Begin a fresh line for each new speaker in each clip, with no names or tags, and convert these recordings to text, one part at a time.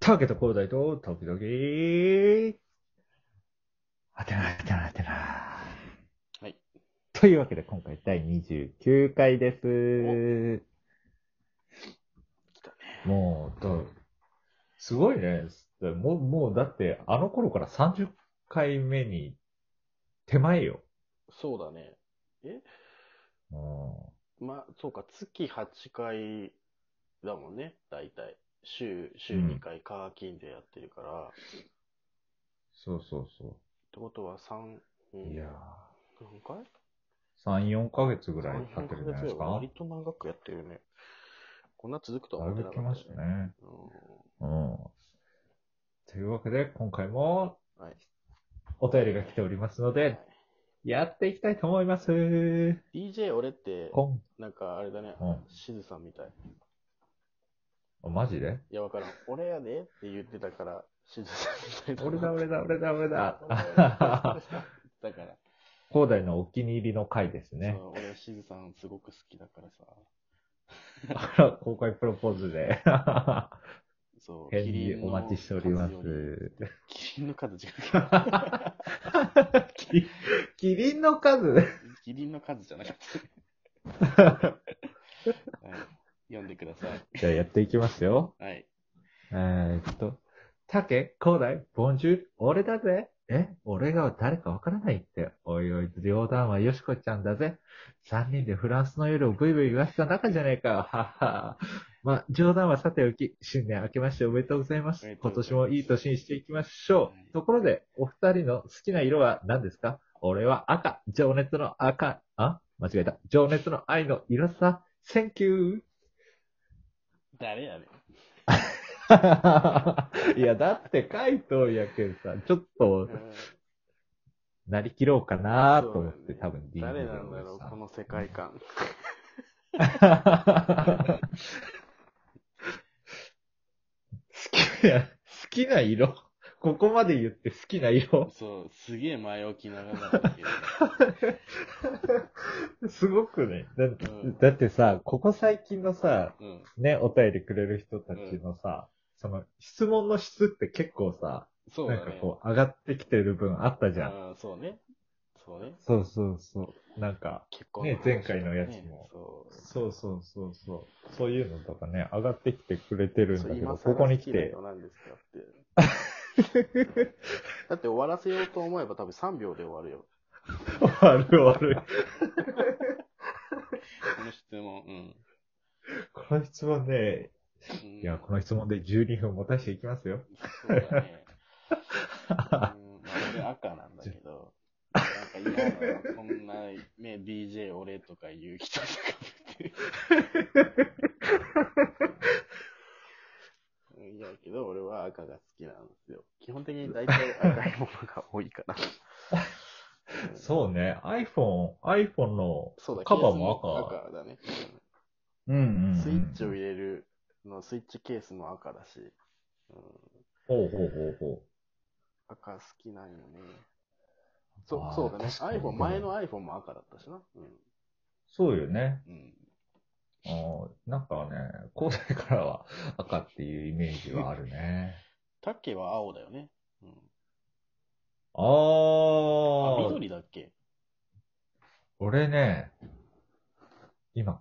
武田光大と、時々、はてなはてなはてな。
はい。
というわけで、今回第29回です。もう、と、すごいね。もう、もう、だって、あの頃から30回目に、手前よ。
そうだね。
うん。
まあ、そうか、月8回だもんね、大体。週、週2回、課金でやってるから。っ
そうそうそ
てことは3、う
う。
ん
いや
何回
ー、3、4ヶ月ぐらい経
3
ってるんじゃないです
4ヶ月は
か
割。と長くやってるね。こんな続くとは
だい
思って
ぶ
な
来まし
かっ
たた
よね。
ね。うん。というわけで、今回も
うんはい。
お便りが来ておりますの
は
で
い、
やっていきたいと思います。
DJ 俺って、
こん、
なんかあれだね、
うん
しずさんみたい。
あマジで
いや、わからん。俺やでって言ってたから、しずさんみたい
俺だ、俺だ、俺だ、俺だ。あは は
だから。
広大のお気に入りの回ですね
そ。う俺、しずさんすごく好きだからさ。
あら、公開プロポーズで。
そう。
返
キリ
事
ンの
お待ちしております
数よ。りキリンの数違う。
キ キリンの数
キリンの数じゃな かった。はい、読んでください。
じゃあやっていきますよ。
はい。
えーっと、竹、広大、ボンジュール、俺だぜ。え、俺が誰かわからないって。おいおい、冗談はよしこちゃんだぜ。三人でフランスの夜をブイブイ言わせた仲じゃねえかよ。はっは。まあ、冗談はさておき、新年明けましておめでとうございま
おめ
す
で。とう
今
ござ
年
います
もいい年にしていきましょ。
はいう
ところで、お二人の好きな色は何ですか俺は赤、情熱の赤、あ、間違えた。情熱の愛の色さ。Thank you!
誰やねん。
いや、だって書いとんやけどさ、ちょっと、なりきろうかなと思って、多分 DM
誰なんだろう、この世界観。
好きな、好 きな色ここまで言って好きな色
そう、すげえ前置き長かったけど。
すごくねだって
うん
だってさ、ここ最近のさ、
うん。
ね、お便りくれる人たちのさ、その質問の質って結構さ、
そう
なん
だ
か
ね。
こう上がってきてる分あったじゃん。
あーそうね。そうね。
そうそうそう。なんか、
結婚
ね
話
前回のやつも
ねそう。
そうそうそうそう。そういうのとかね、上がってきてくれてるんだけど、
そう
ここに来。
今更好きな
て
人。なんですかって だって終わらせようと思えば多分3秒で終わるよ。
悪い悪 い。
この質問。うん。
この質問ね、
うん
いや、この質問で12分持たしていきますよ。
そうだね。うん、まあ俺赤なんだけど、なんか今のこんな、ね、DJ 俺とか言う人とかってる。いやけど俺は赤が好きなんですよ。基本的に大体赤いものが多いから。うん
そうね、iPhone、iPhone の、
そうだ
カバーも赤
ケース赤だね。
うんうんうん
スイッチを入れるの、スイッチケースも赤だし、うん、
ほうほうほうほ
赤好きなんよね。そ
あ
う
ー
そうだね。
確かに
iPhone、前の iPhone も赤だったしな。う
う。そうよね。
ん。うん。
あーなんかね、高台からは赤っていうイメージはあるね。
タッケは青だよね。うん。
あ
あ、
ー、
緑だっけ
俺ね、今、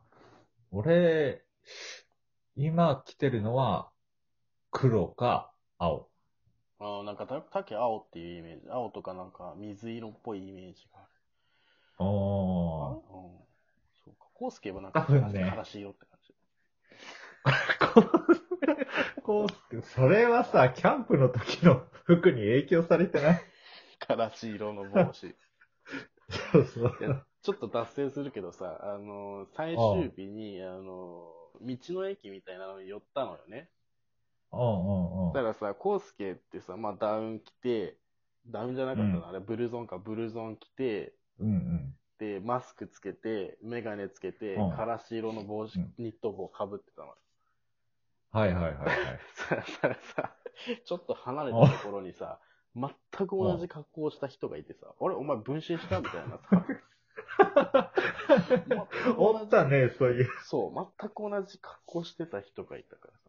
俺、今着てるのは、黒か青。
あーなんかタタケ青っていうイメージ。青とかなんか水色っぽいイメージがある。 うん
あ。
そうか。コウスケはなんか、
多分ね
嵐色って感じ。
あ。こう、それはさ、キャンプの時の 服に影響されてない
からし色の帽 子。
そうそ
いや。ちょっと脱線するけどさ、あの、最終日に、あの、道の駅みたいなのに寄ったのよね。
うんうんうん
だか。らさ、コウスケってさ、まあダウン着て、ダウンじゃなかったな、
うん
あれ、ブルゾンか、ブルゾン着て、
うん
で、マスクつけて、メガネつけて
うん、
からし色の帽子
うん、
ニット帽かぶってたの。
うん。はいはいはいはい。
さ、さ、さ、ちょっと離れたところにさ、全く同じ格好をした人がいてさ、あれ、お前分身したみたい なさ。全く同じ
おったね、そういう。
そう、全く同じ格好してた人がいたからさ。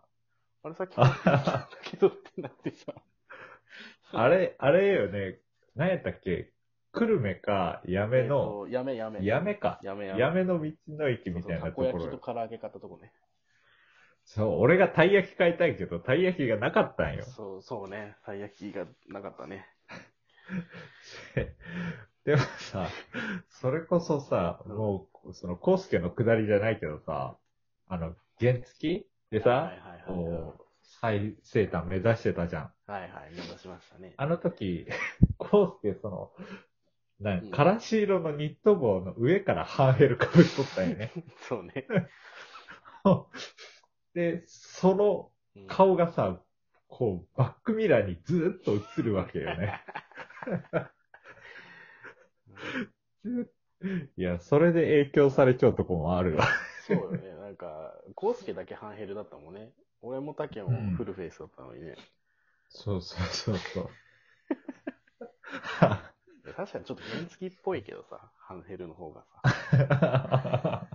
あれさっきから聞いたんだけどってなって さ。
あれ、あれよね。何やったっけ久留米か、やめの、
えーとやめやめ。
やめか。
やめやめ。
やめの道の駅
そう
み
そう
たいな
た
とこ
こ
ろ
焼きと
よ。
唐揚げ買ったとこね。
そう、俺がたい焼き買いたいけど、たい焼きがなかったんよ。
そう、そうね。たい焼きがなかったね。
でもさ、それこそさ、もう、その、コースケの下りじゃないけどさ、あの、原付きで
はい
さ、
はいはいはい
こう、最西端目指してたじゃん。
はいはい、目指しましたね。
あの時、 コースケ、その、な
うん
んからし色のニット帽の上からハーヘルかぶっとったんよね。
そ うね。
で、その
うん
顔がさ、こう、バックミラーにずーっと映るわけよね。いや、それで影響されちゃうとこもあるわ。
そうよね。なんか、コウスケだけ半ヘルだったもんね。俺もタケもフルフェイスだったのにね。
そうそうそう そう。
いや確かにちょっと原付きっぽいけどさ、半ヘルの方がさ。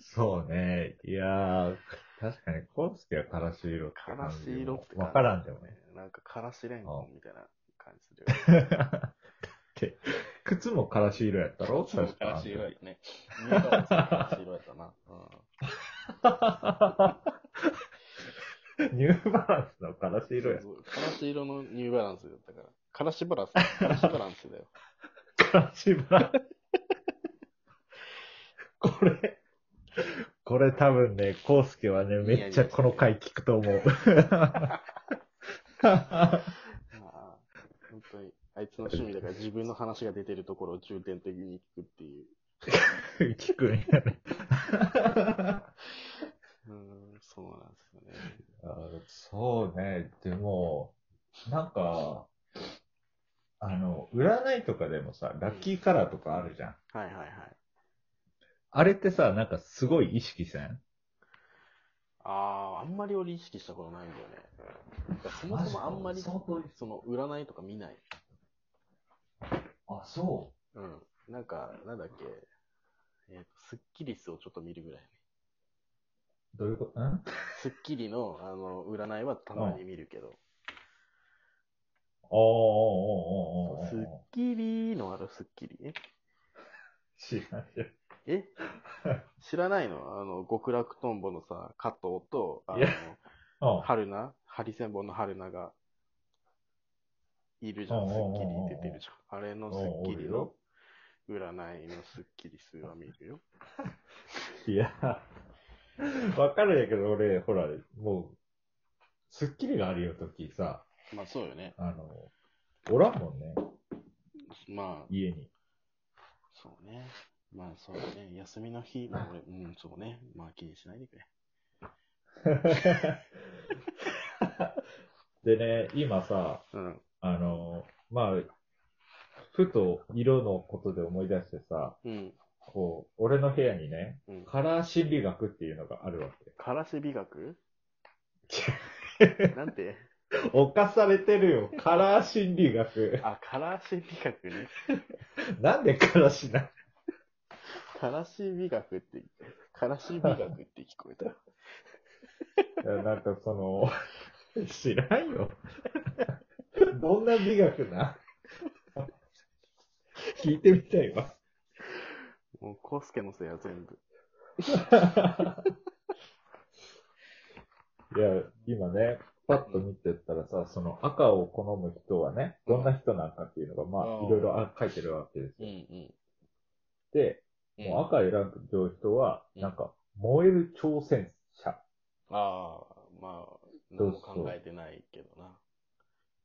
そうね。いやー、確かに、コウスケはからし色って
からし色って感じ
わからんでもね。。
なんかからしレンコンみたいな感じする
だって、靴もからし色やったろ
よ。そう
確
から
か
し色やったね。見た目も からし色やったな。う
ニューバランスのからし
ん。
色や。
そうそうからし色のニューバランスだったから。からしバランス、からしバランスだよ。
からしバランス。これ、これ多分ね、コウスケはね、めっちゃこの回聞くと思 う。
まあ、本当に、あいつの趣味だから自分の話が出てるところを重点的に聞くっていう。
聞くんやね。
うん、そうなんですよね。
あそうね、でも、なんか、あの、占いとかでもさ、ラッキーカラーとかあるじゃん。
はいはいはい。
あれってさ、なんかすごい意識せん
ああ、あんまり俺意識したことないんだよね。そもそもあんま
マ
り、
ジか
その、占いとか見ない。
あ、そ
うん。なんか、なんだっけ、えっ、と、スッキリスをちょっと見るぐらい。
うどういうことん
スッキリの、あの、占いはたまに見るけど、
おーおーおーおー
ス
お
ッ
ーお
キリのあるスッキリえ
ー知らん知らん
え知らないのあの、極楽とんぼのさ、加藤と、あ
いや
の、
うん
春菜ハリセンボンの春菜が、いるじゃ
うん
ん、
うん
ス
うんうん
ッキリ出てるじゃん。あれのスッキリ
うんおる
の
よ、
占いのスッキリスは見るよ。
いや、 わかるんやけど、俺、ほら、もう、スッキリがあるよ、時さ、
まあそうよね。
あの、おらんもんね、
まあ、
家に。
そうね。まあそうね。休みの日、まあ俺、うん、そうね。まあ気にしないでくれ。
でね、今さ、
うん。
あの、まあ、ふと色のことで思い出してさ、
うん。
こう、俺の部屋にね、
うん。
カラー心理学っていうのがあるわ
からし美 学
け。
なんて
犯されてるよ、 カラー心理学。
あ、からし美学ね。
なんでカラしな
からし美学って、からし美学って聞こえた。
いやなんかその、 知らんよ。 どんな美学な 聞いてみたいわ。
もう、コウスケのせいは全部。
いや、今ね、パッと見てったらさ、その赤を好む人はね、どんな人なんかっていうのが、まあ、
うん
いろいろあ書いてるわけです
うん
よ。で、
うん。
もう赤選んでる人は、
うん
なんか、燃える挑戦者。
ああ、まあ、何も考えてないけどな。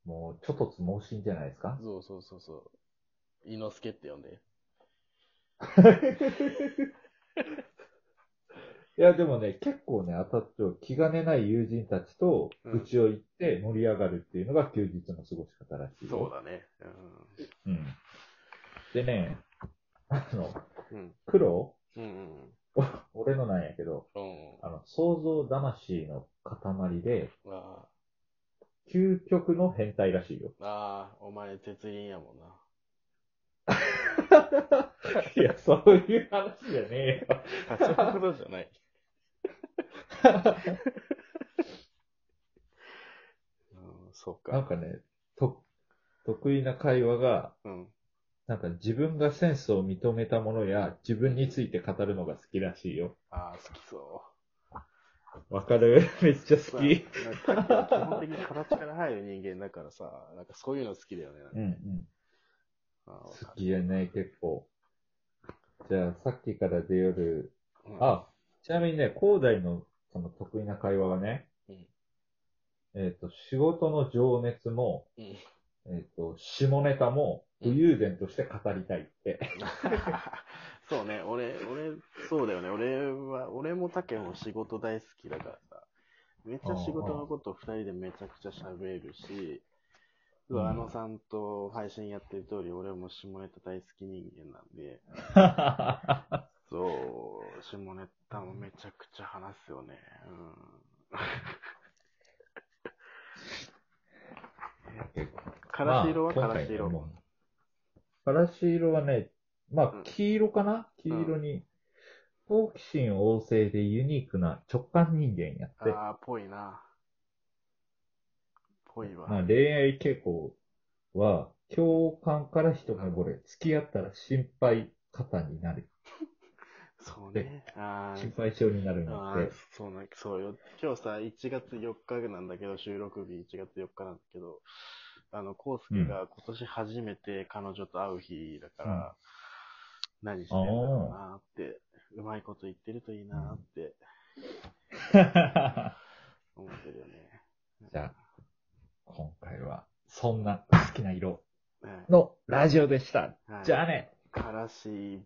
もう、ちょっとつ盲信じゃないですか
そうそうそうそう。伊之助って呼んで。
いや、でもね、結構ね、当たっちゃう気兼ねない友人たちと、
うん
うちを行って盛り上がるっていうのが休日の過ごし方らしいよ。
そうだね。
うん。でね、あの、
うん。うん。
黒
うんうん
俺のなんやけど、
うん。うん。
あの、想像魂の塊で、
あ
究極の変態らしいよ。
あ、ああ、お前、鉄輪やもんな。
いや、そういう話じゃねえよ。
あ、そういうことじゃない。そう
なん
か。
かね、と、得意な会話が、
うん。
なんか自分がセンスを認めたものや自分について語るのが好きらしいよ。
ああ、好きそ
わかるめっちゃ
う。
好き。
さあなんか基本的に形から入る人間だからさ、なんかそういうの好きだよね。
うんうん。
あーわか
好きやね、結構。じゃあ、さっきから出よる。
るうん
あ、ちなみにね、広大のその得意な会話はね、
うん
えっ、と、仕事の情熱も、
うん
えっ、と、下ネタも、
うん
武勇伝として語りたいって。
そうね、俺、俺、そうだよね。俺は、俺もタケも仕事大好きだからさ。めっちゃ仕事のこと二人でめちゃくちゃ喋るし、う
うん
わ、あのさんと配信やってる通り、俺も下ネタ大好き人間なんで、そう、下ネタもめちゃくちゃ話すよね。 うん。からし色はからし色。
まあ。からし色はね、まあ
うん、
黄色かな、黄色に、好奇心旺盛でユニークな直感人間やって。
ああ、ぽいな。ぽいわ。
まあ、恋愛傾向は、共感から一目惚れ、付き合ったら心配方になる。
そうね。あー
心配性になるんだ
あ
っ
ー
て。
そうなんそうよ。今日さ、1月4日なんだけど、収録日1月4日なんだけど、あの、コウスケが今年初めて彼女と会う日だから、何してんだろうなーって、うまいこと言ってるといいなーって思ってるよね。
じゃあ、 今回は、そんな好きな色
あ、
のラジオでした。じゃあね
はい、からし